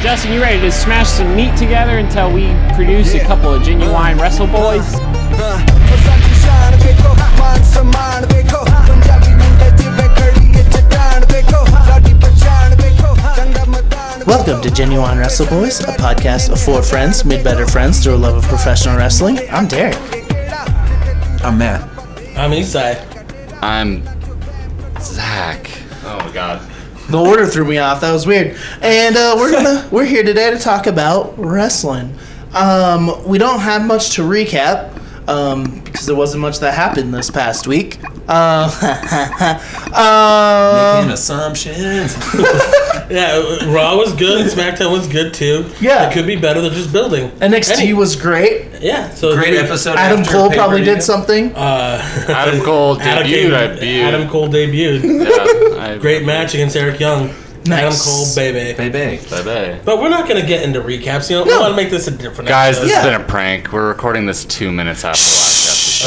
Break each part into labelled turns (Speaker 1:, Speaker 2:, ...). Speaker 1: Justin, you ready to smash some meat together until we produce a couple of genuine wrestle boys?
Speaker 2: Welcome to Genuine Wrestle Boys, a podcast of four friends made better friends through a love of professional wrestling. I'm Derek.
Speaker 3: I'm Matt.
Speaker 4: I'm Isai.
Speaker 5: I'm Zach. Oh my god.
Speaker 2: The order threw me off. That was weird. And uh, we're gonna we're here today to talk about wrestling. Um, we don't have much to recap um, because there wasn't much that happened this past week. Uh, um,
Speaker 3: Making Um, assumptions.
Speaker 4: Yeah, uh, Raw was good. SmackDown was good too.
Speaker 2: Yeah.
Speaker 4: it could be better. They're just building.
Speaker 2: NXT
Speaker 4: Any-
Speaker 2: was great.
Speaker 4: yeah. So
Speaker 3: Great episode.
Speaker 2: Adam
Speaker 3: after
Speaker 2: Cole
Speaker 3: pay-per-view.
Speaker 2: probably did something.
Speaker 4: Uh,
Speaker 5: Adam Cole
Speaker 4: Adam
Speaker 5: debuted. I
Speaker 4: Cole- Adam Cole debuted. Great match against Eric Young. Adam
Speaker 2: Nice.
Speaker 4: Cole, baby.
Speaker 3: Baby.
Speaker 5: Bye
Speaker 4: But we're not gonna get into recaps. You know,
Speaker 2: No.
Speaker 4: we want to make this a different.
Speaker 5: Guys, this
Speaker 4: episode.
Speaker 5: has been a prank. We're recording this two minutes after the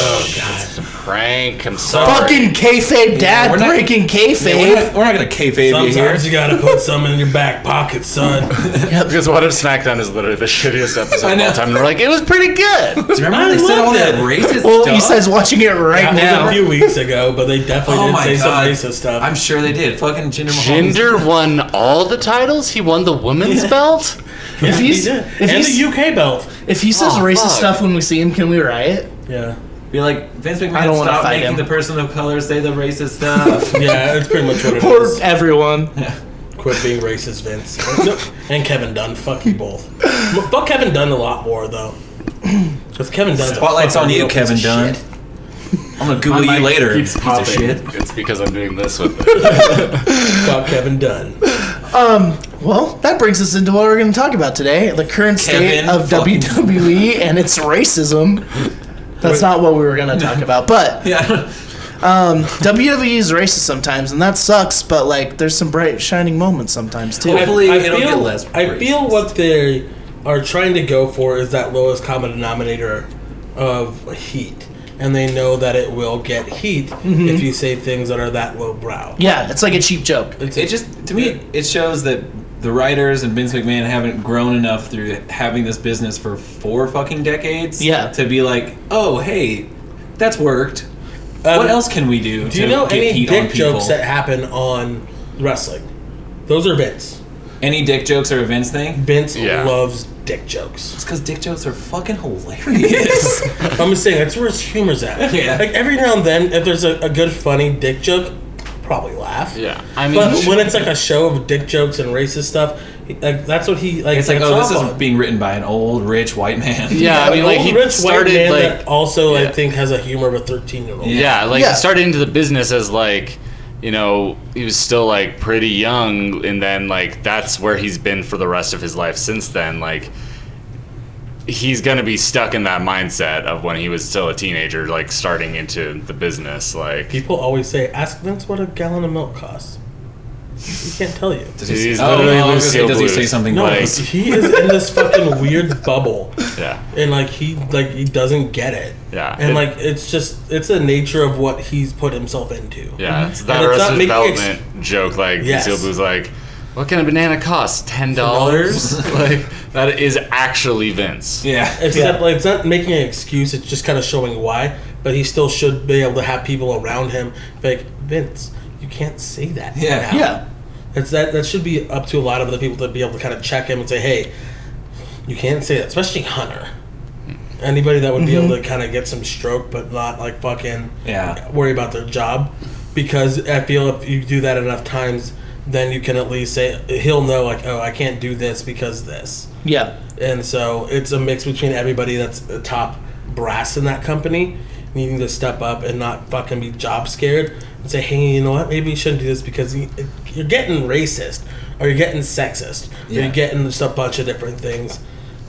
Speaker 4: Oh,
Speaker 5: last episode. It's a prank. I'm sorry.
Speaker 2: Fucking kayfabe dad
Speaker 3: we're not-
Speaker 2: breaking
Speaker 3: We're
Speaker 2: kayfabe.
Speaker 3: not, we're not gonna kayfabe you here.
Speaker 4: sometimes you gotta put some in your back pocket, son.
Speaker 5: Because what if SmackDown is literally the shittiest episode
Speaker 3: I
Speaker 5: of
Speaker 3: know.
Speaker 5: all time? And we're like, it was pretty good.
Speaker 3: Do you
Speaker 4: I
Speaker 3: remember they said
Speaker 4: love
Speaker 3: all that
Speaker 4: that.
Speaker 3: racist
Speaker 2: well,
Speaker 3: stuff?
Speaker 2: he says watching it right
Speaker 4: That was a
Speaker 2: now.
Speaker 4: few weeks ago, but they definitely
Speaker 3: oh
Speaker 4: did
Speaker 3: my
Speaker 4: say
Speaker 3: god.
Speaker 4: some racist stuff.
Speaker 3: I'm sure they did. Fucking Jinder Mahal.
Speaker 5: Jinder won all the titles. He won the women's belt.
Speaker 4: yeah,
Speaker 2: if
Speaker 4: he
Speaker 2: he's-
Speaker 4: did.
Speaker 2: if
Speaker 4: and
Speaker 2: he's-
Speaker 4: the UK belt.
Speaker 2: If he says
Speaker 5: Oh,
Speaker 2: racist
Speaker 5: fuck.
Speaker 2: stuff when we see him, can we riot?
Speaker 4: Yeah,
Speaker 3: Be like Vince McMahon.
Speaker 2: I don't wanna
Speaker 3: stop
Speaker 2: fight
Speaker 3: making
Speaker 2: him.
Speaker 3: the person of color say the racist stuff.
Speaker 4: yeah, it's pretty much what it
Speaker 2: Or
Speaker 4: is.
Speaker 2: everyone.
Speaker 4: Quit being racist, Vince. and Kevin Dunn. Fuck you both. M- Fuck Kevin Dunn a lot more, though. Because Kevin Dunn.
Speaker 3: Spotlight's on you, Kevin Dunn. I'm gonna Google you later.
Speaker 5: Keeps
Speaker 3: piece of
Speaker 5: popping.
Speaker 3: shit.
Speaker 5: It's because I'm doing this with it.
Speaker 4: Fuck Kevin Dunn.
Speaker 2: Well, that brings us into what we're going to talk about today the current state
Speaker 3: Kevin
Speaker 2: of
Speaker 3: fucking-
Speaker 2: WWE and its racism. That's not what we were going to talk about, but
Speaker 3: Yeah.
Speaker 2: WWE is racist sometimes, and that sucks, but like there's some bright, shining moments sometimes too.
Speaker 3: Well, Hopefully it'll
Speaker 4: feel,
Speaker 3: get less
Speaker 4: I feel
Speaker 3: racist.
Speaker 4: what they are trying to go for is that lowest common denominator of heat. And they know that it will get heat if you say things that are that lowbrow.
Speaker 2: yeah, it's like a cheap joke.
Speaker 3: It just to me it shows that the writers and Vince McMahon haven't grown enough through having this business for four fucking decades.
Speaker 2: Yeah.
Speaker 3: To be like, oh hey, that's worked.
Speaker 4: Um,
Speaker 3: what else can we do?
Speaker 4: Do you know any dick jokes that happen on wrestling? Those are Vince.
Speaker 3: any dick jokes are a Vince thing?
Speaker 4: Vince
Speaker 5: Yeah.
Speaker 4: loves dick jokes.
Speaker 3: It's because dick jokes are fucking hilarious.
Speaker 4: I'm just saying that's where his humor's at.
Speaker 3: Yeah.
Speaker 4: Like every now and then, if there's a, a good funny dick joke, probably laugh.
Speaker 5: Yeah. I mean,
Speaker 4: But when it's like a show of dick jokes and racist stuff, he- like that's what he like.
Speaker 3: it's like,
Speaker 4: gets
Speaker 3: oh, this
Speaker 4: off
Speaker 3: is
Speaker 4: on.
Speaker 3: being written by an old rich white man.
Speaker 5: yeah, I mean, like,
Speaker 4: Old
Speaker 5: he
Speaker 4: rich
Speaker 5: started,
Speaker 4: white man
Speaker 5: like,
Speaker 4: that also I
Speaker 5: yeah.
Speaker 4: think has a humor of a 13 year old.
Speaker 5: Yeah, like
Speaker 2: Yeah.
Speaker 5: he started into the business as like, you know, he was still like pretty young, and then like that's where he's been for the rest of his life since then. Like, he's gonna be stuck in that mindset of when he was still a teenager, like starting into the business. Like,
Speaker 4: People always say, "Ask Vince what a gallon of milk costs." He can't tell you.
Speaker 3: Does
Speaker 5: He's
Speaker 3: he, say-
Speaker 5: literally
Speaker 3: oh, I was gonna say,
Speaker 5: Lucille
Speaker 3: does he
Speaker 5: Bluth.
Speaker 3: say something
Speaker 4: No,
Speaker 3: like,
Speaker 5: Like-
Speaker 4: he is in this fucking weird bubble.
Speaker 5: yeah,
Speaker 4: and like he like he doesn't get it.
Speaker 5: Yeah.
Speaker 4: and
Speaker 5: It-
Speaker 4: like it's just it's the nature of what he's put himself into.
Speaker 5: yeah,
Speaker 4: Mm-hmm.
Speaker 5: it's
Speaker 4: And
Speaker 5: that
Speaker 4: it's
Speaker 5: Arrested
Speaker 4: not making ex-
Speaker 5: development joke. Like,
Speaker 4: Yes.
Speaker 5: Lucille Bluth's like. What can a banana cost? Ten dollars? like that is actually Vince.
Speaker 3: yeah,
Speaker 4: Except like it's not making an excuse. It's just kind of showing why. But he still should be able to have people around him be like Vince. You can't say that.
Speaker 3: Yeah.
Speaker 4: now."
Speaker 2: Yeah.
Speaker 4: That's that. That should be up to a lot of other people to be able to kind of check him and say, hey, you can't say that, especially Hunter. Anybody that would be able to kind of get some stroke, but not like fucking
Speaker 3: Mm-hmm. yeah,
Speaker 4: worry about their job because I feel if you do that enough times, then you can at least say he'll know like, oh, I can't do this because this.
Speaker 2: Yeah.
Speaker 4: And so it's a mix between everybody that's the top brass in that company needing to step up and not fucking be job scared and say, hey, you know what? Maybe you shouldn't do this because you- you're getting racist or you're getting sexist or
Speaker 3: Yeah.
Speaker 4: you're getting just a bunch of different things.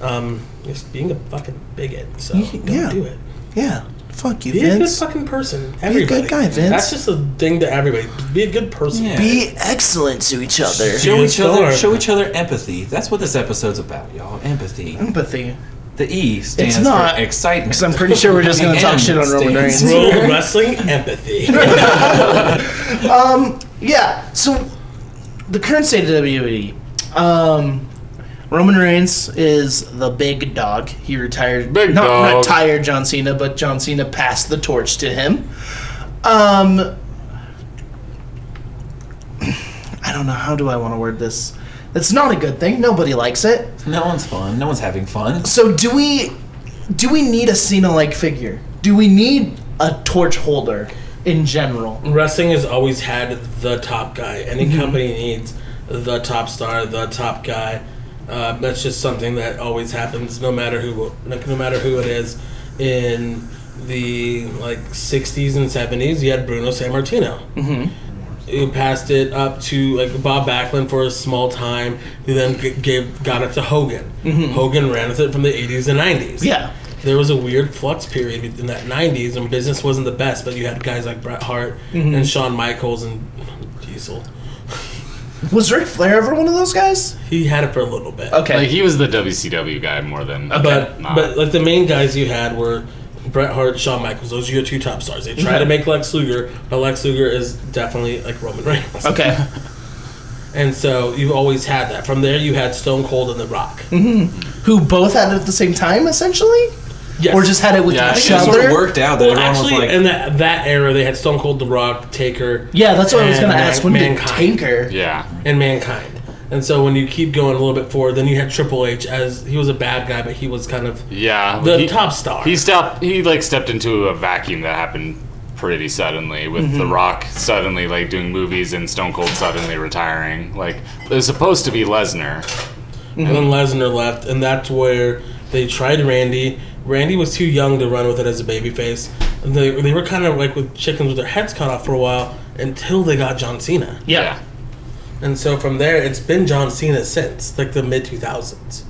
Speaker 4: Um, just being a fucking bigot, so don't
Speaker 2: yeah.
Speaker 4: do it.
Speaker 2: Yeah. Fuck you,
Speaker 4: Be
Speaker 2: Vince.
Speaker 4: a good fucking person.
Speaker 2: Be
Speaker 4: Everybody.
Speaker 2: a good guy, Vince.
Speaker 4: That's just a thing to everybody. Be a good person.
Speaker 3: Yeah.
Speaker 2: Be excellent to each other.
Speaker 3: Show
Speaker 4: Yes,
Speaker 3: each other,
Speaker 4: sir.
Speaker 3: show each other empathy. That's what this episode's about, y'all. Empathy.
Speaker 2: Empathy.
Speaker 3: The E stands
Speaker 2: not,
Speaker 3: for excitement.
Speaker 2: Because I'm pretty sure we're just going to talk shit on Roman Reigns.
Speaker 4: Pro wrestling empathy.
Speaker 2: Yeah. So the current state of WWE. E, Um, Roman Reigns is the big dog. He retired.
Speaker 5: Big
Speaker 2: not,
Speaker 5: dog.
Speaker 2: not tired John Cena, but John Cena passed the torch to him. Um, I don't know. How do I want to word this? It's not a good thing. Nobody likes it.
Speaker 3: No one's fun. No one's having fun.
Speaker 2: So do we? Do we need a Cena-like figure? Do we need a torch holder in general?
Speaker 4: wrestling has always had the top guy. Any company needs the top star, the top guy. Uh, that's just something that always happens, no matter who, like, no matter who it is. In the like '60s and '70s, you had Bruno Sammartino. He passed it up to like Bob Backlund for a small time. Who then g- gave got it to Hogan. Hogan ran with it from the '80s and '90s
Speaker 2: Yeah.
Speaker 4: there was a weird flux period in that 90s when business wasn't the best, but you had guys like Bret Hart and Shawn Michaels and Diesel.
Speaker 2: Was Ric Flair ever one of those guys?
Speaker 4: He had it for a little bit.
Speaker 2: Okay.
Speaker 5: Like he was the WCW guy more than
Speaker 4: Uh, But,
Speaker 5: not.
Speaker 4: but like the main guys you had were Bret Hart, Shawn Michaels. Those are your two top stars. They try to make Lex Luger, but Lex Luger is definitely like Roman Reigns.
Speaker 2: okay.
Speaker 4: And so you've always had that. From there, you had Stone Cold and The Rock.
Speaker 2: Who both had it at the same time, essentially,
Speaker 4: Yes.
Speaker 2: or just had it with
Speaker 5: Yeah, I
Speaker 2: each
Speaker 5: think
Speaker 3: It
Speaker 5: that's
Speaker 3: sort of
Speaker 2: other?
Speaker 3: worked out that
Speaker 4: Well,
Speaker 3: everyone
Speaker 4: actually,
Speaker 3: was like,
Speaker 4: in that, that era, they had Stone Cold, The Rock, Taker.
Speaker 2: Yeah, that's what I was
Speaker 4: and
Speaker 2: gonna
Speaker 4: Man-
Speaker 2: ask. When did
Speaker 4: Mankind.
Speaker 2: Taker?
Speaker 5: yeah,
Speaker 4: and mankind. And so when you keep going a little bit forward, then you had Triple H as he was a bad guy, but he was kind of
Speaker 5: yeah.
Speaker 4: the
Speaker 5: he,
Speaker 4: top star.
Speaker 5: He stepped. He like stepped into a vacuum that happened pretty suddenly with The
Speaker 2: Mm-hmm.
Speaker 5: Rock suddenly like doing movies and Stone Cold suddenly retiring. Like it was supposed to be Lesnar.
Speaker 4: and then Lesnar left, and that's where they tried Randy. Randy was too young to run with it as a babyface. And They, they were kind of like with chickens with their heads cut off for a while until they got John Cena.
Speaker 2: Yeah.
Speaker 4: And so from there, it's been John Cena since like the mid 2000s.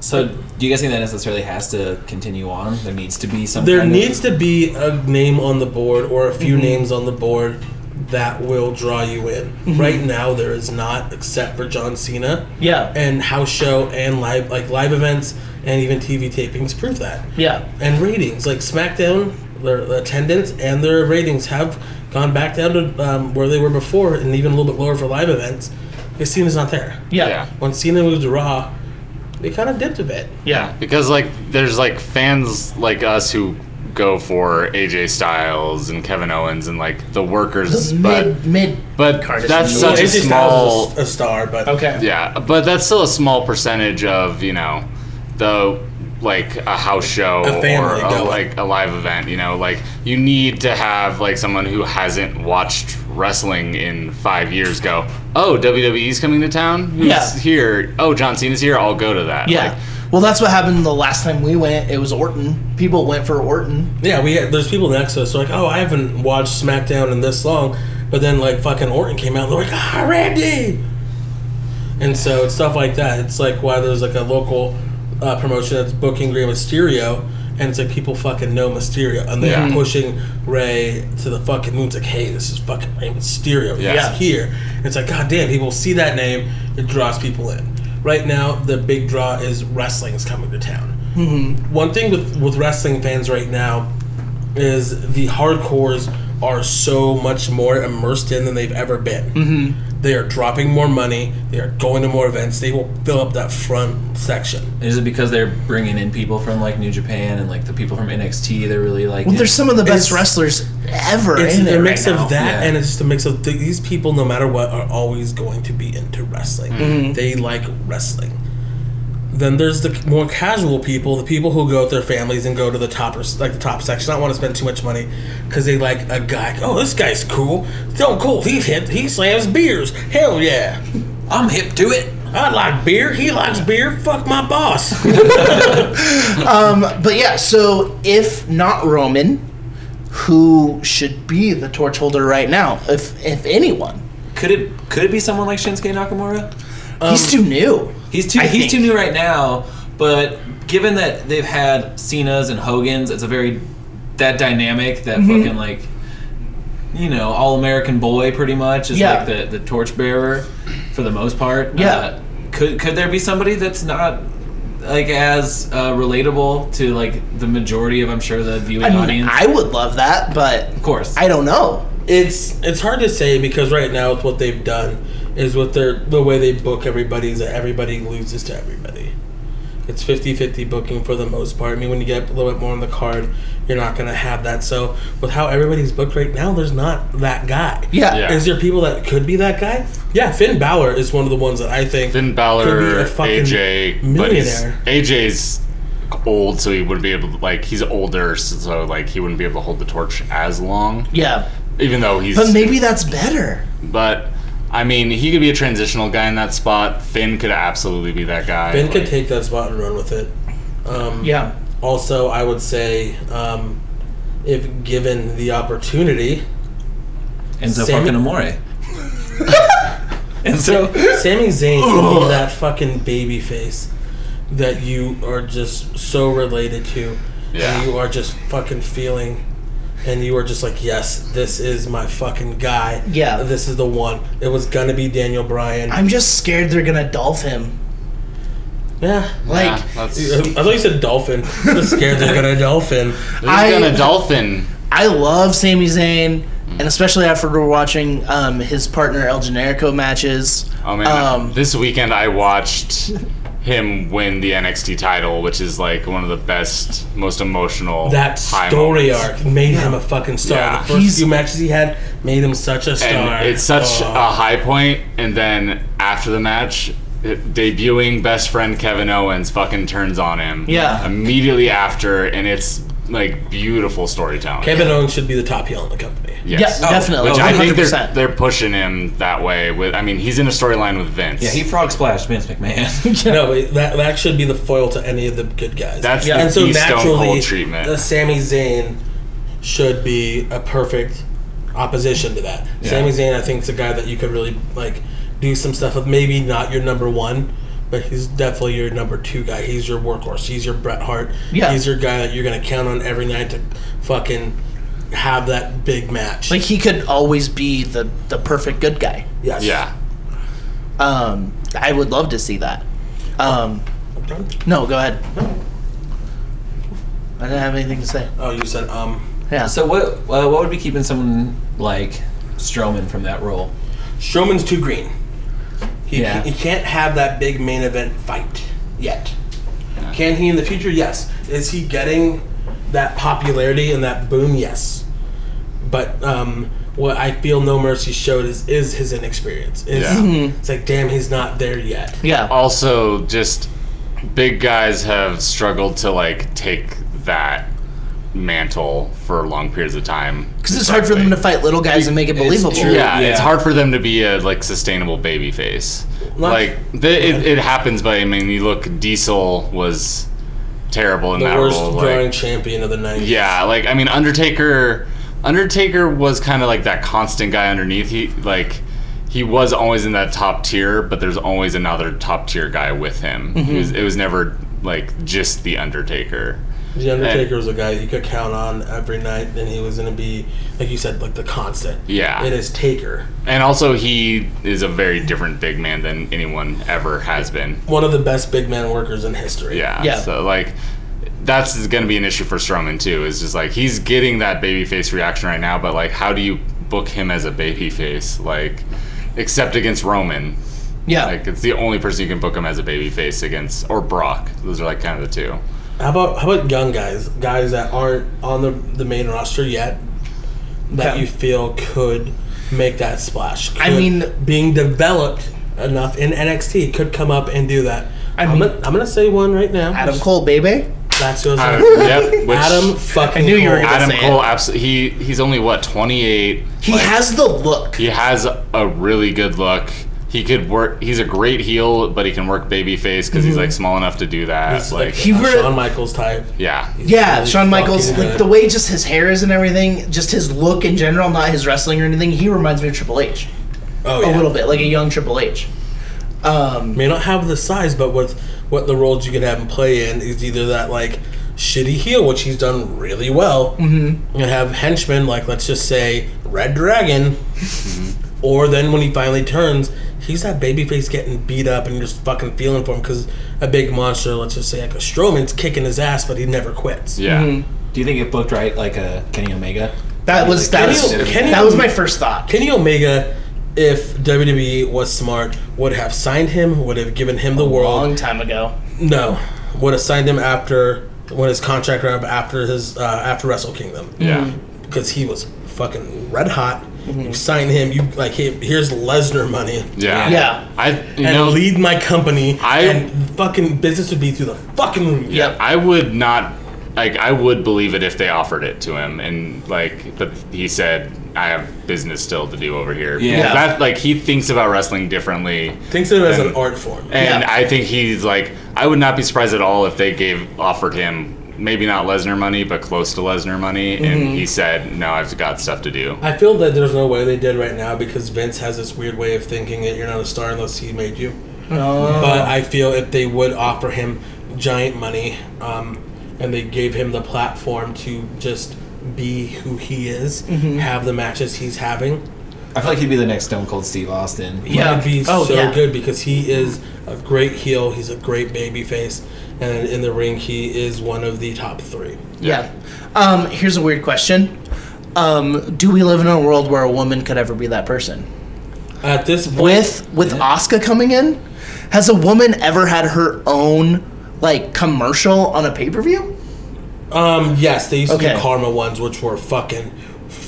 Speaker 3: so do you guys think that necessarily has to continue on? There needs to be some.
Speaker 4: There
Speaker 3: kind
Speaker 4: needs
Speaker 3: of,
Speaker 4: to be a name on the board or a
Speaker 2: Mm-hmm.
Speaker 4: few names on the board that will draw you in. Right now, there is not, except for John Cena.
Speaker 2: Mm-hmm. Yeah.
Speaker 4: And house show and live like live events and even TV tapings prove that.
Speaker 2: Yeah.
Speaker 4: And ratings like SmackDown, their attendance and their ratings have gone back down to um, where they were before and even a little bit lower for live events. Because Cena's not there.
Speaker 2: Yeah.
Speaker 5: yeah.
Speaker 4: When Cena moved to Raw, they kind of dipped a bit.
Speaker 2: Yeah.
Speaker 5: Because like there's like fans like us who go for AJ Styles and Kevin Owens and like the workers,
Speaker 2: The
Speaker 5: but
Speaker 2: mid mid.
Speaker 5: but
Speaker 2: card is
Speaker 5: that's
Speaker 2: huge.
Speaker 5: such a
Speaker 4: AJ Styles
Speaker 5: small
Speaker 4: is a star, but
Speaker 2: Okay.
Speaker 5: yeah, but that's still a small percentage of you know the like a house show
Speaker 4: A family
Speaker 5: or a,
Speaker 4: going.
Speaker 5: like a live event. You know, like you need to have like someone who hasn't watched wrestling in five years go, oh WWE's coming to town, who's
Speaker 2: Yeah.
Speaker 5: here? Oh John Cena's here, I'll go to that.
Speaker 2: Yeah.
Speaker 5: Like,
Speaker 2: well, that's what happened the last time we went. It was Orton. People went for Orton.
Speaker 4: Yeah, we had, there's people next to us who are like, oh, I haven't watched SmackDown in this long, but then like fucking Orton came out, and they're like, ah, Randy, and so it's stuff like that. It's like why there's like a local uh, promotion that's booking Rey Mysterio, and it's like people fucking know Mysterio, and they're
Speaker 5: Yeah.
Speaker 4: pushing Ray to the fucking moon. It's like, hey, this is fucking Rey Mysterio. He's
Speaker 5: Yeah.
Speaker 4: here. It's like, god damn, people see that name, it draws people in. Right now, the big draw is wrestling's coming to town one thing with with wrestling fans right now is the hardcores are so much more immersed in than they've ever been. Mm-hmm. They are dropping more money. They are going to more events. They will fill up that front section.
Speaker 3: Is it because they're bringing in people from like New Japan and like the people from NXT? They're really like.
Speaker 2: Well, there's some of the best
Speaker 4: It's-
Speaker 2: wrestlers ever
Speaker 4: It's
Speaker 2: in
Speaker 4: a
Speaker 2: there.
Speaker 4: mix
Speaker 2: right
Speaker 4: of
Speaker 2: now.
Speaker 4: that,
Speaker 3: Yeah.
Speaker 4: and it's just a mix of th- these people. No matter what, are always going to be into wrestling.
Speaker 2: Mm-hmm.
Speaker 4: They like wrestling. Then there's the c- more casual people, the people who go with their families and go to the top or s- like the top section. I don't want to spend too much money because they like a guy. Oh, this guy's cool. So cool. He hit. He slams beers. Hell yeah.
Speaker 3: I'm hip to it.
Speaker 4: I like beer. He likes beer. Fuck my boss.
Speaker 2: But yeah, so if not Roman, who should be the torch holder right now? If if anyone,
Speaker 3: Could it could it be someone like Shinsuke Nakamura?
Speaker 2: he's too new.
Speaker 3: He's too
Speaker 2: I
Speaker 3: he's
Speaker 2: think-
Speaker 3: too new right now, but given that they've had Cena's and Hogan's, it's a very that dynamic that
Speaker 2: Mm-hmm.
Speaker 3: fucking like you know all American boy pretty much is
Speaker 2: Yeah.
Speaker 3: like the the torchbearer for the most part. Uh,
Speaker 2: Yeah.
Speaker 3: could could there be somebody that's not like as uh, relatable to like the majority of I'm sure the viewing
Speaker 2: I mean,
Speaker 3: audience?
Speaker 2: I would love that, but
Speaker 3: of course.
Speaker 2: I don't know.
Speaker 4: it's it's hard to say because right now with what they've done is what they're the way they book everybody is that everybody loses to everybody. It's 50-50 booking for the most part. I mean, when you get a little bit more on the card, you're not gonna have that. So with how everybody's booked right now, there's not that guy.
Speaker 2: Yeah.
Speaker 5: Yeah.
Speaker 4: Is there people that could be that guy? Yeah, Finn Balor is one of the ones that I think
Speaker 5: Finn
Speaker 4: could be
Speaker 5: Balor,
Speaker 4: a fucking
Speaker 5: AJ, but he's,
Speaker 4: millionaire.
Speaker 5: AJ's old, so he wouldn't be able to like. He's older, so like he wouldn't be able to hold the torch as long.
Speaker 2: Yeah.
Speaker 5: Even though he's,
Speaker 2: But maybe that's better.
Speaker 5: but, I mean, he could be a transitional guy in that spot. Finn could absolutely be that guy.
Speaker 4: Finn could
Speaker 5: Like,
Speaker 4: take that spot and run with it. Um,
Speaker 2: Yeah.
Speaker 4: Also, I would say, um, if given the opportunity,
Speaker 3: Enzo
Speaker 4: Sammy-
Speaker 3: fucking Amore. Enzo.
Speaker 4: Sami Zayn could be that fucking baby face that you are just so related to,
Speaker 5: Yeah.
Speaker 4: and you are just fucking feeling, and you are just like, yes, this is my fucking guy.
Speaker 2: Yeah.
Speaker 4: this is the one. It was gonna be Daniel Bryan.
Speaker 2: I'm just scared they're gonna dolph him.
Speaker 4: yeah.
Speaker 2: Like
Speaker 5: yeah, that's,
Speaker 4: I thought you said dolphin. I'm scared they're gonna dolphin.
Speaker 5: I,
Speaker 2: I-
Speaker 5: gonna dolphin.
Speaker 2: I love Sami Zayn, and especially after watching um, his partner El Generico matches.
Speaker 5: Oh man,
Speaker 2: Um,
Speaker 5: this weekend I watched him win the NXT title, which is like one of the best, most emotional
Speaker 4: That
Speaker 5: high
Speaker 4: story
Speaker 5: moments.
Speaker 4: arc made him a fucking star.
Speaker 5: Yeah.
Speaker 4: The first
Speaker 2: He's-
Speaker 4: few matches he had made him such a star.
Speaker 5: and it's such uh,
Speaker 4: Oh.
Speaker 5: a high point and then after the match it- debuting best friend kevin owens fucking turns on him
Speaker 2: Yeah.
Speaker 5: immediately after and it's like beautiful storytelling
Speaker 4: Kevin Owens should be the top heel in the company.
Speaker 5: yes
Speaker 2: Yeah, definitely.
Speaker 5: which i think
Speaker 2: 100%.
Speaker 5: they're, they're pushing him that way with i mean he's in a storyline with vince
Speaker 3: Yeah, he frog splashed Vince McMahon.
Speaker 4: No, but that that should be the foil to any of the good guys.
Speaker 5: that's
Speaker 2: Yeah.
Speaker 5: the
Speaker 4: and so
Speaker 5: the stone
Speaker 4: naturally,
Speaker 5: cold
Speaker 4: treatment.
Speaker 5: treatment
Speaker 4: Uh, Sami Zayn should be a perfect opposition to that. Sami Zayn, I think, is a guy that you could really like do some stuff with. Maybe not your number one, but he's definitely your number two guy. He's your workhorse. He's your Bret Hart.
Speaker 2: Yeah.
Speaker 4: he's your guy that you're gonna count on every night to fucking have that big match.
Speaker 2: like he could always be the the perfect good guy.
Speaker 4: yes.
Speaker 5: yeah
Speaker 2: Um, I would love to see that. Um, no, go ahead. I didn't have anything to say.
Speaker 4: Oh, you said um.
Speaker 2: Yeah.
Speaker 3: so what? Uh, what would be keeping someone like Strowman from that role?
Speaker 4: Strowman's too green. He,
Speaker 3: Yeah.
Speaker 4: he can't have that big main event fight yet. Can he in the future? Yes. Is he getting that popularity and that boom? Yes. But um, what I feel No Mercy showed is is his inexperience. Is,
Speaker 5: Yeah.
Speaker 4: It's like, damn, he's not there yet.
Speaker 2: yeah.
Speaker 5: also just big guys have struggled to like take that mantle for long periods of time
Speaker 2: Because it's hard for them to fight little guys and make it believable.
Speaker 3: true.
Speaker 5: Yeah,
Speaker 3: Yeah.
Speaker 5: it's hard for them to be a like sustainable baby face. like the, it, it happens, but I mean, you look, Diesel was terrible in
Speaker 4: The
Speaker 5: that
Speaker 4: worst
Speaker 5: role.
Speaker 4: drawing
Speaker 5: Like,
Speaker 4: champion of the night.
Speaker 5: yeah, like I mean, Undertaker, Undertaker was kind of like that constant guy underneath. He like he was always in that top tier, but there's always another top tier guy with him.
Speaker 4: Mm-hmm.
Speaker 5: He was, it was never like just the Undertaker.
Speaker 4: The Undertaker was a guy you could count on every night, and he was going to be, like you said, like the constant.
Speaker 5: Yeah.
Speaker 4: It is Taker.
Speaker 5: And also, he is a very different big man than anyone ever has been.
Speaker 4: One of the best big man workers in history.
Speaker 5: Yeah.
Speaker 2: Yeah.
Speaker 5: So like that's going to be an issue for Strowman too. Is just like he's getting that babyface reaction right now, but like how do you book him as a babyface? Like except against Roman.
Speaker 2: Yeah.
Speaker 5: Like it's the only person you can book him as a babyface against or Brock. Those are like kind of the two.
Speaker 4: How about how about young guys, guys that aren't on the the main roster yet, that
Speaker 2: Yeah.
Speaker 4: you feel could make that splash?
Speaker 2: I
Speaker 4: Could-
Speaker 2: mean-
Speaker 4: being developed enough in NXT could come up and do that. I am
Speaker 2: mean-
Speaker 4: gonna, I'm gonna say one right now.
Speaker 2: Adam Cole, baby.
Speaker 4: That's who I was
Speaker 5: Adam,
Speaker 4: gonna-
Speaker 5: yep, which
Speaker 4: Uh, Adam fucking.
Speaker 2: I knew you were
Speaker 4: Cole.
Speaker 2: gonna-
Speaker 5: Adam
Speaker 2: say it.
Speaker 5: Cole absolutely he he's only what 28.
Speaker 2: He has the look.
Speaker 5: He has a really good look. He could work. He's a great heel, but he can work babyface because he's like small enough to do that.
Speaker 4: He's
Speaker 5: like,
Speaker 4: like
Speaker 2: He
Speaker 4: a
Speaker 2: were-
Speaker 4: Shawn Michaels type.
Speaker 5: yeah,
Speaker 2: Yeah,
Speaker 4: really
Speaker 2: Shawn Michaels,
Speaker 4: fucking
Speaker 2: like
Speaker 4: good.
Speaker 2: the way just his hair is and everything, just his look in general, not his wrestling or anything. He reminds me of Triple H
Speaker 4: Oh
Speaker 2: a
Speaker 4: yeah.
Speaker 2: little bit, like a young Triple H. Um,
Speaker 4: may not have the size, but with what the roles you can have him play in is either that like shitty heel, which he's done really well, mm-hmm. you have henchmen like let's just say Red Dragon, or then when he finally turns, he's that babyface getting beat up and you're just fucking feeling for him because a big monster, let's just say like a Strowman's kicking his ass, but he never quits.
Speaker 5: yeah.
Speaker 3: Do you think it booked right, like a Kenny Omega?
Speaker 2: that was that
Speaker 4: Kenny-
Speaker 2: was
Speaker 4: Kenny-
Speaker 2: that was my first thought.
Speaker 4: Kenny Omega if WWE was smart, would have signed him, would have given him the world.
Speaker 2: long time ago.
Speaker 4: No, would have signed him after when his contract ran up after his uh, after Wrestle Kingdom
Speaker 5: Yeah. Mm-hmm.
Speaker 4: because he was fucking red hot. You sign him, you like hey, here's Lesnar money.
Speaker 5: Yeah.
Speaker 2: Yeah.
Speaker 5: I you
Speaker 4: And
Speaker 5: know
Speaker 4: lead my company,
Speaker 5: I-
Speaker 4: and fucking business would be through the fucking roof.
Speaker 2: Yep.
Speaker 5: I would not like I would believe it if they offered it to him and like but he said I have business still to do over here.
Speaker 3: Yeah.
Speaker 5: Because That like he thinks about wrestling differently.
Speaker 4: Thinks of it as an
Speaker 5: And-
Speaker 4: art form.
Speaker 5: And
Speaker 2: Yeah.
Speaker 5: I think he's like, I would not be surprised at all if they gave offered him maybe not Lesnar money, but close to Lesnar money, and
Speaker 2: Mm-hmm.
Speaker 5: he said, "No, I've got stuff to do."
Speaker 4: I feel that there's no way they did right now because Vince has this weird way of thinking that you're not a star unless he made you.
Speaker 2: Oh.
Speaker 4: But I feel if they would offer him giant money um, and they gave him the platform to just be who he is,
Speaker 2: Mm-hmm.
Speaker 4: have the matches he's having,
Speaker 3: I feel like he'd be the next Stone Cold Steve Austin.
Speaker 4: he
Speaker 2: Yeah.
Speaker 4: would be
Speaker 2: Oh,
Speaker 4: so
Speaker 2: yeah.
Speaker 4: good because he is a great heel, he's a great baby face, and in the ring, he is one of the top three.
Speaker 2: Yeah. Um, here's a weird question. Um, do we live in a world where a woman could ever be that person?
Speaker 4: At this point,
Speaker 2: With with Oscar coming in, has a woman ever had her own like commercial on a pay per view?
Speaker 4: Um, yes, they used to
Speaker 2: Okay.
Speaker 4: do Karma ones, which were fucking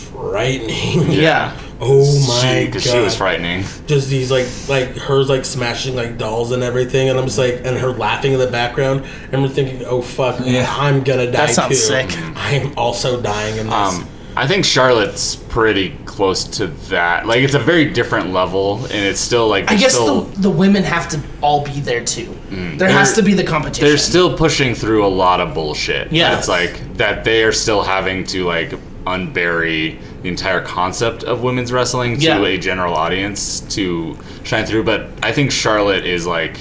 Speaker 4: frightening.
Speaker 2: Yeah.
Speaker 4: Oh my
Speaker 5: she, 'cause
Speaker 4: god.
Speaker 5: she was frightening.
Speaker 4: Just these like like her like smashing like dolls and everything, and I'm just like and her laughing in the background, and we're thinking, oh fuck,
Speaker 3: Yeah.
Speaker 4: I'm gonna die
Speaker 2: sounds
Speaker 4: too.
Speaker 2: sick.
Speaker 4: I'm also dying in this.
Speaker 5: Um, I think Charlotte's pretty close to that. Like, it's a very different level, and it's still like
Speaker 2: I
Speaker 5: they're
Speaker 2: guess
Speaker 5: still,
Speaker 2: the, the women have to all be there too. There has to
Speaker 5: Mm. They're-
Speaker 2: be the competition.
Speaker 5: they're still pushing through a lot of bullshit.
Speaker 2: Yeah.
Speaker 5: It's like that they are still having to like unbury the entire concept of women's wrestling to
Speaker 2: Yeah.
Speaker 5: a general audience to shine through. But I think Charlotte is like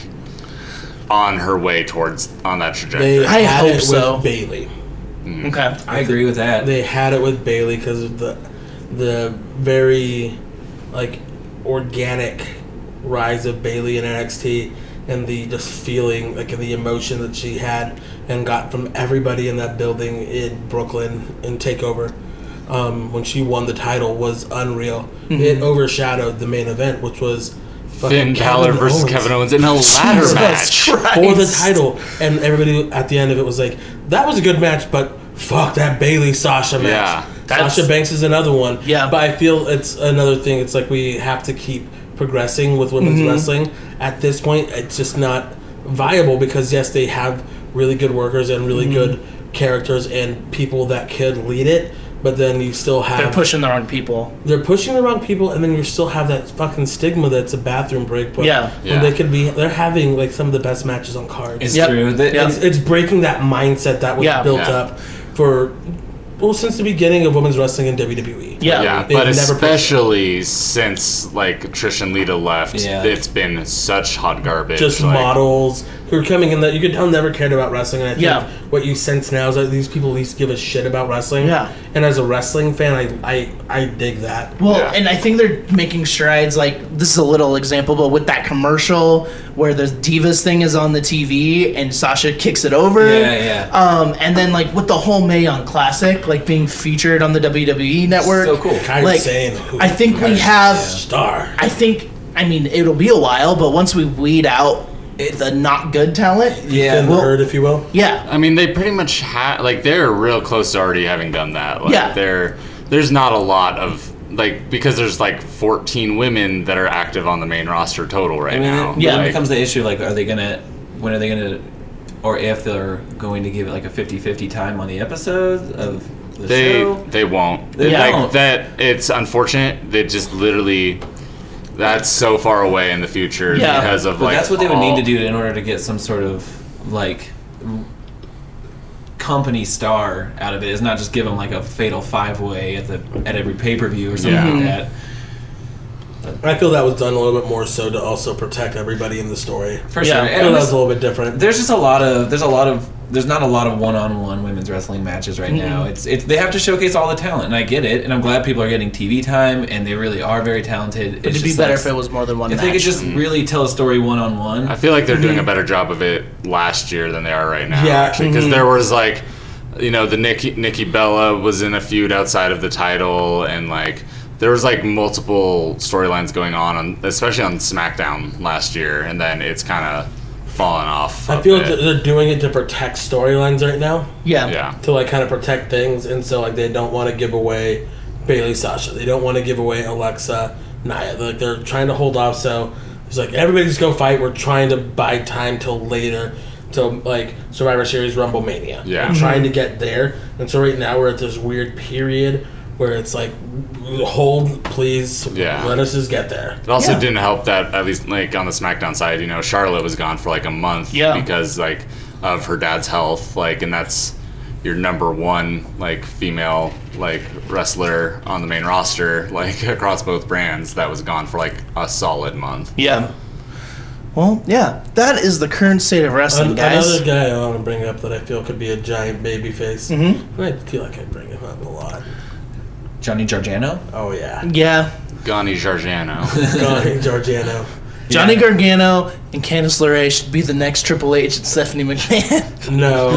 Speaker 5: on her way towards on that trajectory.
Speaker 4: they
Speaker 2: I
Speaker 4: had
Speaker 2: hope
Speaker 4: it
Speaker 2: so.
Speaker 4: with Bailey.
Speaker 2: okay.
Speaker 3: I agree with that.
Speaker 4: They had it with Bailey because of the the very like organic rise of Bailey in NXT and the just feeling like the emotion that she had and got from everybody in that building in Brooklyn in Takeover um, when she won the title was unreal. It overshadowed the main event, which was
Speaker 5: Mm-hmm. Finn
Speaker 4: fucking
Speaker 5: Balor versus
Speaker 4: Owens
Speaker 5: Kevin Owens in a ladder
Speaker 2: Jesus
Speaker 5: match.
Speaker 2: Christ.
Speaker 4: for the title, and everybody at the end of it was like, "That was a good match, but fuck that Bailey Sasha match."
Speaker 5: Yeah.
Speaker 2: That's-
Speaker 4: Sasha Banks is another one.
Speaker 2: Yeah.
Speaker 4: but I feel it's another thing. It's like we have to keep progressing with women's
Speaker 2: Mm-hmm.
Speaker 4: wrestling. At this point, it's just not viable because yes, they have really good workers and really
Speaker 2: Mm-hmm.
Speaker 4: good characters and people that could lead it, but then you still have
Speaker 2: They're pushing the wrong people.
Speaker 4: they're pushing the wrong people, and then you still have that fucking stigma that's a bathroom break. But
Speaker 2: Yeah.
Speaker 4: when
Speaker 5: Yeah.
Speaker 4: they could be, they're having like some of the best matches on cards.
Speaker 3: it's
Speaker 2: Yep.
Speaker 3: true. They-
Speaker 2: Yep.
Speaker 4: It's, it's breaking that mindset that was
Speaker 2: Yeah.
Speaker 4: built
Speaker 5: Yeah.
Speaker 4: up for well since the beginning of women's wrestling in E. WWE.
Speaker 2: Yeah.
Speaker 5: Yeah,
Speaker 4: They've
Speaker 5: but
Speaker 4: never pushed it.
Speaker 5: especially since like Trish and Lita left,
Speaker 3: Yeah.
Speaker 5: it's been such hot garbage.
Speaker 4: Just
Speaker 5: like,
Speaker 4: models who are coming in that you could tell never cared about wrestling. And I think
Speaker 2: Yeah.
Speaker 4: what you sense now is that these people at least give a shit about wrestling.
Speaker 2: Yeah.
Speaker 4: And as a wrestling fan, I I, I dig that.
Speaker 2: Well,
Speaker 5: Yeah.
Speaker 2: and I think they're making strides. Like this is a little example, but with that commercial where the divas thing is on the TV and Sasha kicks it over.
Speaker 3: Yeah, yeah.
Speaker 2: Um, and then like with the whole Mayon Classic, like being featured on the WWE Network.
Speaker 3: So cool.
Speaker 4: Kyrie
Speaker 2: Like,
Speaker 4: Sane, who-
Speaker 2: I think we
Speaker 4: Kyrie
Speaker 2: have.
Speaker 4: star.
Speaker 2: I think. I mean, it'll be a while, but once we weed out the not good talent,
Speaker 3: Yeah.
Speaker 4: Finn
Speaker 2: well-
Speaker 4: Hurd, if you will.
Speaker 2: yeah,
Speaker 5: I mean, they pretty much ha like they're real close to already having done that. Like,
Speaker 2: Yeah.
Speaker 5: There, there's not a lot of like because there's like 14 women that are active on the main roster total right
Speaker 3: I mean,
Speaker 5: now.
Speaker 3: it-
Speaker 2: yeah,
Speaker 3: when
Speaker 5: Like,
Speaker 3: it comes to the issue, like, are they gonna, when are they gonna, or if they're going to give it like a 50-50 time on the episodes of the
Speaker 5: they
Speaker 3: show?
Speaker 5: they won't.
Speaker 3: They
Speaker 5: like
Speaker 3: won't.
Speaker 5: that. It's unfortunate. They just literally. That's so far away in the future
Speaker 2: Yeah.
Speaker 5: because of
Speaker 3: But
Speaker 5: like
Speaker 3: that's what they would
Speaker 5: all-
Speaker 3: need to do in order to get some sort of like r- company star out of it. It's not just give them like a fatal five way at the at every pay per view or something
Speaker 5: Yeah.
Speaker 3: like that.
Speaker 4: I feel that was done a little bit more so to also protect everybody in the story.
Speaker 3: For
Speaker 2: Yeah,
Speaker 3: sure.
Speaker 4: I
Speaker 3: And
Speaker 4: feel that
Speaker 3: this-
Speaker 4: was a little bit different.
Speaker 3: there's just a lot of there's a lot of there's not a lot of one-on-one women's wrestling matches right now. It's it's they have to showcase all the talent, and I get it, and I'm glad people are getting TV time, and they really are very talented. It's
Speaker 2: it'd be
Speaker 3: just
Speaker 2: better
Speaker 3: like-
Speaker 2: if it was more than one.
Speaker 3: if
Speaker 2: match.
Speaker 3: they could just really tell a story one-on-one.
Speaker 5: I feel like they're doing a better job of it last year than they are right now.
Speaker 4: Mm-hmm. Yeah. mm-hmm.
Speaker 5: actually, because there was like, you know, the Nikki Nikki Bella was in a feud outside of the title, and like there was like multiple storylines going on, on, especially on SmackDown last year, and then it's kind of fallen off.
Speaker 4: I
Speaker 5: a
Speaker 4: feel
Speaker 5: bit.
Speaker 4: that they're doing it to protect storylines right now,
Speaker 2: Yeah.
Speaker 5: yeah,
Speaker 4: to like kind of protect things, and so like they don't want to give away Bailey Sasha, they don't want to give away Alexa Nia. Like they're trying to hold off, so it's like everybody just go fight. We're trying to buy time till later, till like Survivor Series Rumble Mania.
Speaker 5: Yeah.
Speaker 4: We're trying to get there, and so right now we're at this weird period where it's like hold, please,
Speaker 5: Yeah.
Speaker 4: let us just get there.
Speaker 5: It also
Speaker 2: Yeah.
Speaker 5: didn't help that at least like on the SmackDown side, you know, Charlotte was gone for like a month
Speaker 2: Yeah.
Speaker 5: because like of her dad's health, like, and that's your number one like female like wrestler on the main roster, like across both brands, that was gone for like a solid month.
Speaker 2: Yeah. Well, yeah. That is the current state of wrestling,
Speaker 4: An-
Speaker 2: guys.
Speaker 4: Another guy I want to bring up that I feel could be a giant baby face. I feel like I bring him up a lot.
Speaker 3: Johnny Gargano.
Speaker 4: Oh yeah,
Speaker 2: yeah.
Speaker 5: Gani Gargano.
Speaker 4: Johnny Gargano.
Speaker 2: Johnny Gargano and Candice LeRae should be the next Triple H and Stephanie McMahon.
Speaker 4: No,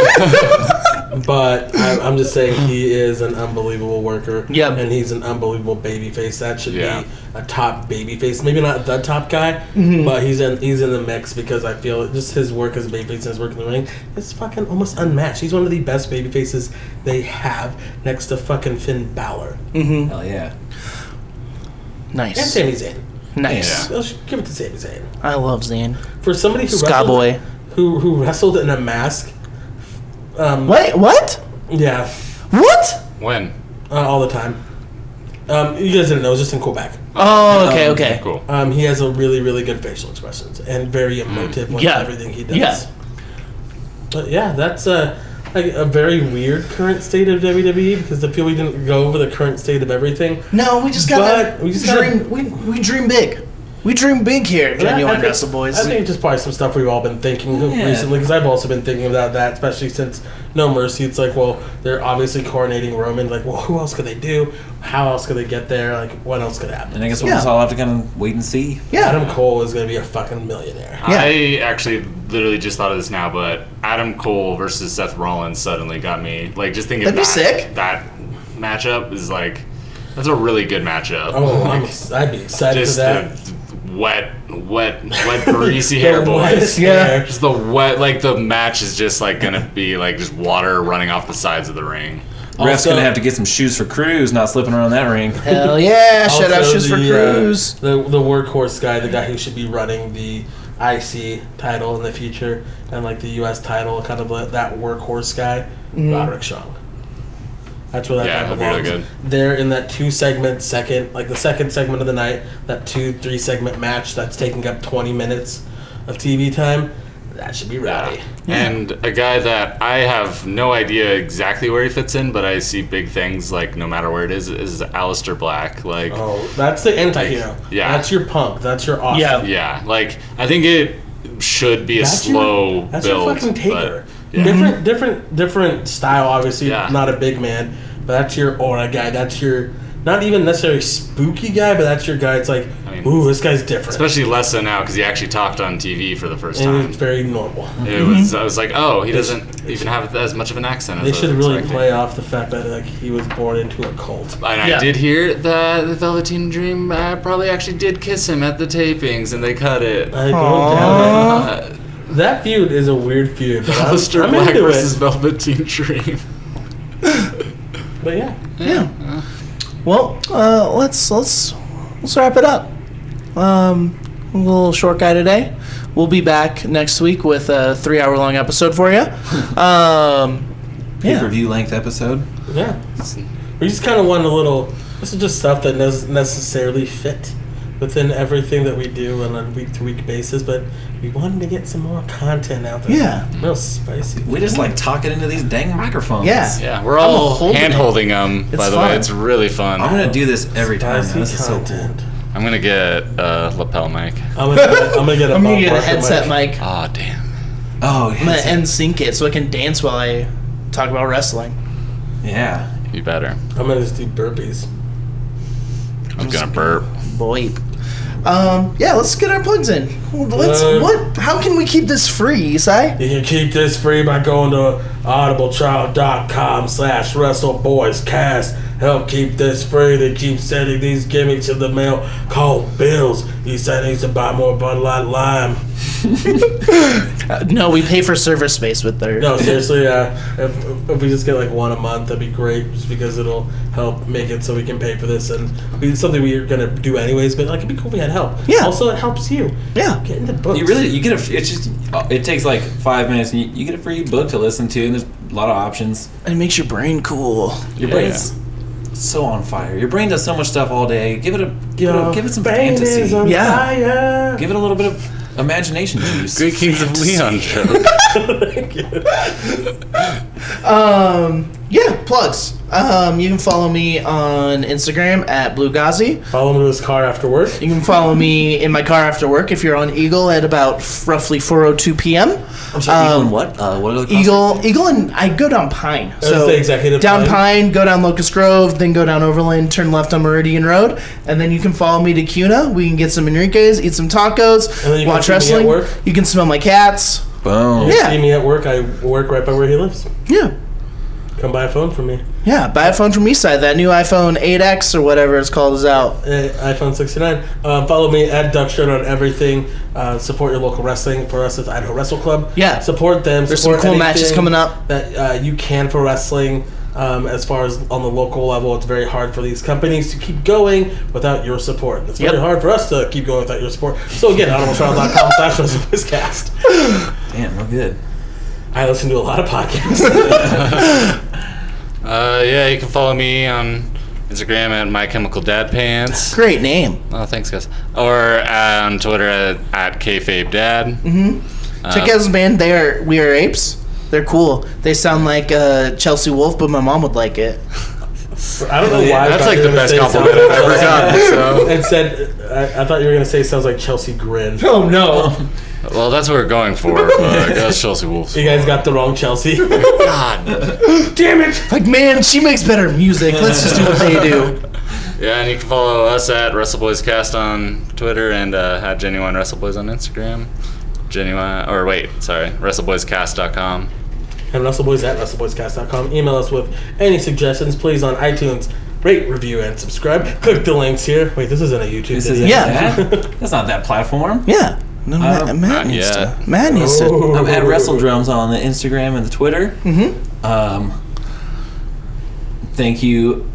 Speaker 4: but I, I'm just saying he is an unbelievable worker.
Speaker 2: Yeah.
Speaker 4: and he's an unbelievable baby face. That should
Speaker 5: Yeah.
Speaker 4: be a top baby face. Maybe not the top guy, but he's in he's in the mix because I feel just his work as a baby face and his work in the ring is fucking almost unmatched. He's one of the best baby faces they have next to fucking Finn Balor
Speaker 3: Hell yeah.
Speaker 4: and
Speaker 2: nice.
Speaker 4: Sami Zayn.
Speaker 2: Nice.
Speaker 4: Let's give it to Sami Zayn.
Speaker 2: I love Zayn.
Speaker 4: For somebody who
Speaker 2: Ska
Speaker 4: wrestled,
Speaker 2: boy.
Speaker 4: Who, who wrestled in a mask. Um,
Speaker 2: Wait, what?
Speaker 4: Yeah,
Speaker 2: What?
Speaker 5: when?
Speaker 4: uh, all the time. Um, you guys didn't know, it was just in Quebec.
Speaker 2: Oh, okay, okay.
Speaker 5: Cool.
Speaker 4: Um, he has a really, really good facial expressions and very emotive with
Speaker 2: Mm. Yeah.
Speaker 4: everything he does.
Speaker 2: Yeah.
Speaker 4: But yeah, that's a, like a very weird current state of WWE because I feel we didn't go over the current state of everything.
Speaker 2: No, we just gotta
Speaker 4: But we
Speaker 2: we
Speaker 4: just gotta-
Speaker 2: dream. we, we dream big. We dream big here, at
Speaker 4: Yeah, I
Speaker 2: genuine
Speaker 4: think-
Speaker 2: wrestle boys.
Speaker 4: I think it's just probably some stuff we've all been thinking of
Speaker 3: Yeah.
Speaker 4: recently because I've also been thinking about that, especially since No Mercy. It's like, well, they're obviously coronating Roman. Like, well, who else could they do? How else could they get there? Like, what else could happen?
Speaker 3: And I guess we'll
Speaker 2: Yeah.
Speaker 3: just all have to kind of wait and see.
Speaker 4: Adam Cole is going to be a fucking millionaire.
Speaker 2: Yeah.
Speaker 5: I actually literally just thought of this now, but Adam Cole versus Seth Rollins suddenly got me like just thinking
Speaker 2: That'd be
Speaker 5: that
Speaker 2: sick.
Speaker 5: that matchup is like that's a really good matchup.
Speaker 4: Oh, I'm, ex- I'd be excited
Speaker 5: just
Speaker 4: for that.
Speaker 5: the wet, wet, wet, greasy hair
Speaker 4: The
Speaker 5: boys.
Speaker 4: whitest
Speaker 2: Yeah.
Speaker 4: hair.
Speaker 5: Just the wet, like the match is just like gonna be like just water running off the sides of the ring.
Speaker 3: Ref's
Speaker 4: Also-
Speaker 3: gonna have to get some shoes for Cruz, not slipping around that ring.
Speaker 2: Hell yeah! Shout out
Speaker 4: Also
Speaker 2: shoes for
Speaker 4: the, uh,
Speaker 2: Cruz.
Speaker 4: the the workhorse guy, the guy who should be running the IC title in the future and like the US title, kind of like that workhorse guy,
Speaker 2: Mm-hmm.
Speaker 4: Roderick Strong. That's where that
Speaker 5: Yeah,
Speaker 4: guy
Speaker 5: that'd be really
Speaker 4: belongs. They're in that two segment second, like the second segment of the night, that two three segment match that's taking up twenty minutes of TV time. That should be rowdy.
Speaker 5: And a guy that I have no idea exactly where he fits in, but I see big things like no matter where it is, is Alistair Black. Like,
Speaker 4: Oh, that's the anti-hero.
Speaker 5: yeah.
Speaker 4: that's your pump. That's your awesome.
Speaker 2: Yeah.
Speaker 5: yeah, like I think it should be a
Speaker 4: That's your-
Speaker 5: slow
Speaker 4: That's
Speaker 5: build.
Speaker 4: your fucking
Speaker 5: but-
Speaker 4: taker.
Speaker 5: yeah.
Speaker 4: Different, different, different style. Obviously,
Speaker 5: Yeah.
Speaker 4: not a big man, but that's your aura guy. That's your not even necessarily spooky guy, but that's your guy. It's like,
Speaker 5: I mean,
Speaker 4: ooh, this guy's different,
Speaker 5: Especially less so now because he actually talked on TV for the first
Speaker 4: and
Speaker 5: time.
Speaker 4: it's very normal.
Speaker 5: It was. I was like, oh, he doesn't even have as much of an accent.
Speaker 4: They
Speaker 5: as I
Speaker 4: should
Speaker 5: was
Speaker 4: really
Speaker 5: expecting.
Speaker 4: play off the fact that like he was born into a cult.
Speaker 5: And I
Speaker 2: Yeah.
Speaker 5: did hear that the Velveteen Dream uh, probably actually did kiss him at the tapings, and they cut it. Uh,
Speaker 4: I don't doubt it. Uh, That feud is a weird feud. But I'm,
Speaker 5: Aleister
Speaker 4: I'm
Speaker 5: Black
Speaker 4: into
Speaker 5: versus
Speaker 4: it.
Speaker 5: Velveteen Dream.
Speaker 4: But yeah,
Speaker 2: Yeah. Well, uh, let's let's let's wrap it up. Um, a little short guy today. We'll be back next week with a three-hour-long episode for you. Um,
Speaker 3: Pay
Speaker 2: yeah.
Speaker 3: per view length episode.
Speaker 4: yeah. We just kind of want a little. This is just stuff that doesn't necessarily fit within everything that we do on a week to week basis, but we wanted to get some more content out there.
Speaker 2: Yeah.
Speaker 4: Real spicy.
Speaker 3: We just like talking into these dang microphones.
Speaker 2: Yeah.
Speaker 5: Yeah, we're
Speaker 2: I'm
Speaker 5: all
Speaker 2: holding
Speaker 5: hand holding them. By
Speaker 2: It's
Speaker 5: the
Speaker 2: fun.
Speaker 5: way, it's really fun.
Speaker 3: I'm gonna do this every time. man.
Speaker 4: Spicy
Speaker 3: This is so cool.
Speaker 4: content.
Speaker 5: I'm gonna get a lapel mic.
Speaker 4: I'm gonna, I'm gonna get a,
Speaker 2: I'm gonna
Speaker 4: Bob
Speaker 2: get a
Speaker 4: Barker
Speaker 2: headset
Speaker 4: mic.
Speaker 2: mic.
Speaker 5: Oh damn.
Speaker 3: Oh
Speaker 2: I'm gonna
Speaker 3: yeah,
Speaker 2: end sync it so I can dance while I talk about wrestling.
Speaker 3: yeah.
Speaker 5: You better.
Speaker 4: I'm gonna just do burpees.
Speaker 5: I'm gonna burp.
Speaker 2: Boy. Um, yeah, let's get our plugs in. Let's
Speaker 4: Uh,
Speaker 2: what? How can we keep this free, Isai?
Speaker 4: You can keep this free by going to audibletrial.com slash wrestleboyscast Help keep this free. They keep sending these gimmicks in the mail called bills. He said he needs to buy more Bud Light Lime.
Speaker 2: No, we pay for server space with their.
Speaker 4: No, seriously, yeah. If, if we just get like one a month, that'd be great, just because it'll help make it so we can pay for this, and we, it's something we are gonna do anyways. But like, it'd be cool if we had help.
Speaker 2: Yeah.
Speaker 4: Also, it helps you.
Speaker 2: Yeah.
Speaker 4: Get into books.
Speaker 3: You really you get a it's just it takes like five minutes and you, you get a free book to listen to and there's a lot of options.
Speaker 2: It makes your brain cool.
Speaker 3: Your brain's so on fire. Your brain does so much stuff all day. Give it a give, it,
Speaker 4: Your
Speaker 3: a, give it some
Speaker 4: brain
Speaker 3: fantasy.
Speaker 4: is on
Speaker 2: Yeah.
Speaker 4: fire.
Speaker 3: give it a little bit of imagination juice.
Speaker 5: Good Kings of Leon joke.
Speaker 2: Um, yeah, plugs. Um, you can follow me on Instagram at Bluegazi.
Speaker 4: Follow him to his car after work.
Speaker 2: You can follow me in my car after work if you're on Eagle at about roughly 4:02 p.m.
Speaker 3: I'm sorry, Eagle
Speaker 2: Um,
Speaker 3: and what? Uh, what are the
Speaker 2: Eagle, Eagle, and I go down Pine. So
Speaker 4: the executive
Speaker 2: down
Speaker 4: Pine.
Speaker 2: Pine. go down Locust Grove, then go down Overland, turn left on Meridian Road, and then you can follow me to Cuna. We can get some Enrique's, eat some tacos,
Speaker 4: And then you can
Speaker 2: watch
Speaker 4: see me
Speaker 2: wrestling.
Speaker 4: at work.
Speaker 2: You can smell my cats.
Speaker 3: Boom.
Speaker 2: Yeah.
Speaker 4: See me at work. I work right by where he lives.
Speaker 2: Yeah,
Speaker 4: Come buy a phone from me.
Speaker 2: yeah. Buy a phone from Eastside. That new iPhone 8X or whatever it's called is out.
Speaker 4: Uh, iPhone 69. Uh, follow me at Duckstone on everything. Uh, support your local wrestling. For us, it's Idaho Wrestle Club.
Speaker 2: Yeah.
Speaker 4: Support them.
Speaker 2: There's some
Speaker 4: support
Speaker 2: cool matches
Speaker 4: anything
Speaker 2: coming up.
Speaker 4: That uh, you can for wrestling. Um, as far as on the local level, it's very hard for these companies to keep going without your support. It's very
Speaker 2: Yep.
Speaker 4: hard for us to keep going without your support. So again, audibletrial.com slash wrestlingpodcast.
Speaker 3: Damn, we're good.
Speaker 4: I listen to a lot of podcasts.
Speaker 5: Uh, yeah, you can follow me on Instagram at My Chemical Dad Pants.
Speaker 2: Great name.
Speaker 5: Oh, thanks, guys. Or uh, on Twitter at, at kayfabe dad.
Speaker 2: Check out this band. They are We Are Apes. They're cool. They sound like uh, Chelsea Wolf, but my mom would like it.
Speaker 4: I don't know why. I
Speaker 5: That's
Speaker 4: thought
Speaker 5: like
Speaker 4: you
Speaker 5: the
Speaker 4: were gonna
Speaker 5: best
Speaker 4: say
Speaker 5: compliment I've
Speaker 4: something.
Speaker 5: ever gotten. So,
Speaker 4: It said, I, I thought you were going to say sounds like Chelsea Grin.
Speaker 2: Oh no.
Speaker 5: well, that's what we're going for. But that's Chelsea Wolf.
Speaker 4: You guys got the wrong Chelsea.
Speaker 5: God.
Speaker 4: Damn it!
Speaker 2: Like, man, she makes better music. Let's just do what they do.
Speaker 5: Yeah, and you can follow us at WrestleBoysCast on Twitter and uh, at Genuine WrestleBoys on Instagram. Genuine, or wait, sorry, WrestleBoysCast.com.
Speaker 4: and WrestleBoys at WrestleBoysCast.com. Email us with any suggestions, please, on iTunes. Rate, review, and subscribe. Click the links here. Wait, this isn't a YouTube.
Speaker 3: This
Speaker 4: is
Speaker 3: isn't
Speaker 4: it?
Speaker 2: Yeah.
Speaker 3: that. That's not that platform.
Speaker 2: Yeah. No, Matt,
Speaker 3: Um,
Speaker 2: Matt
Speaker 5: not
Speaker 2: needs
Speaker 5: yet.
Speaker 2: to. Matt needs to.
Speaker 3: I'm at Wrestle Drums on the Instagram and the Twitter. Mm-hmm. Um, thank you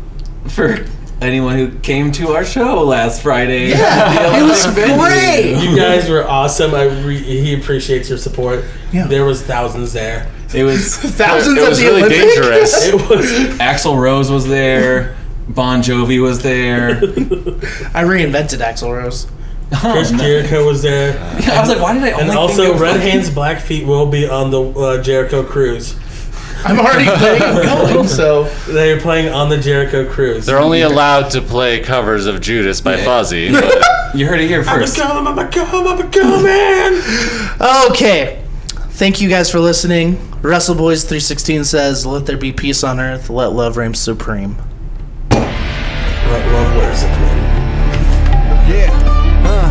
Speaker 3: for anyone who came to our show last Friday.
Speaker 2: Yeah, it was great.
Speaker 4: You guys were awesome. I re- he appreciates your support.
Speaker 2: Yeah.
Speaker 4: There was thousands there.
Speaker 3: It was
Speaker 2: Thousands
Speaker 5: It
Speaker 2: of
Speaker 5: was
Speaker 2: the
Speaker 5: really
Speaker 2: Olympics.
Speaker 5: dangerous.
Speaker 4: It was
Speaker 3: Axel Rose was there. Bon Jovi was there.
Speaker 2: I reinvented Axl Rose.
Speaker 4: Chris Jericho was there,
Speaker 3: Oh, I was like, why did I only
Speaker 4: and
Speaker 3: think
Speaker 4: also
Speaker 3: of
Speaker 4: Red
Speaker 3: fucking-
Speaker 4: Hands Blackfeet will be on the uh, Jericho Cruise.
Speaker 2: I'm already planning on going, so
Speaker 4: They're playing on the Jericho Cruise.
Speaker 5: They're only allowed to play covers of Judas by
Speaker 3: Yeah.
Speaker 5: Fozzy. but-
Speaker 3: You heard it here first.
Speaker 4: Come, I'm a come, I'm a come, man.
Speaker 2: okay. Thank you guys for listening. Wrestle Boys 316 says, "Let there be peace on earth. Let love reign supreme."
Speaker 4: Let love wear supreme.
Speaker 6: Yeah. Uh,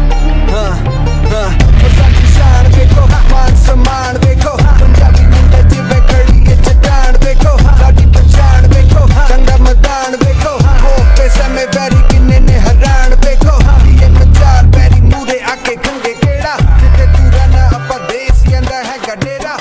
Speaker 6: uh, uh. Punjabi ਸ਼ਾਨ ਵੇਖੋ ਮਾਨ ਸਨਮਾਨ ਵੇਖੋ ਪੰਜਾਬੀ ਮੁੰਡੇ ਜਿਵੇਂ ਖੜੀ ਇੱਥੇ ਟਾਣ ਵੇਖੋ ਸਾਡੀ ਪਛਾਣ ਵੇਖੋ ਚੰਗਾ ਮੈਦਾਨ ਵੇਖੋ ਹੋ ਕੇ ਸਮੇਂ ਬੈਰੀ ਕਿੰਨੇ ਨੇ ਹੈਰਾਨ ਵੇਖੋ ਇਹ ਮਚਾਰ ਬੈਰੀ ਮੂਰੇ ਆ ਕੇ ਖੰਗੇ ਕਿਹੜਾ ਜਿੱਥੇ ਤੂੰ ਰਹਿਣਾ ਆਪਾਂ ਦੇਸ ਜਾਂਦਾ ਹੈਗਾ ਡੇਰਾ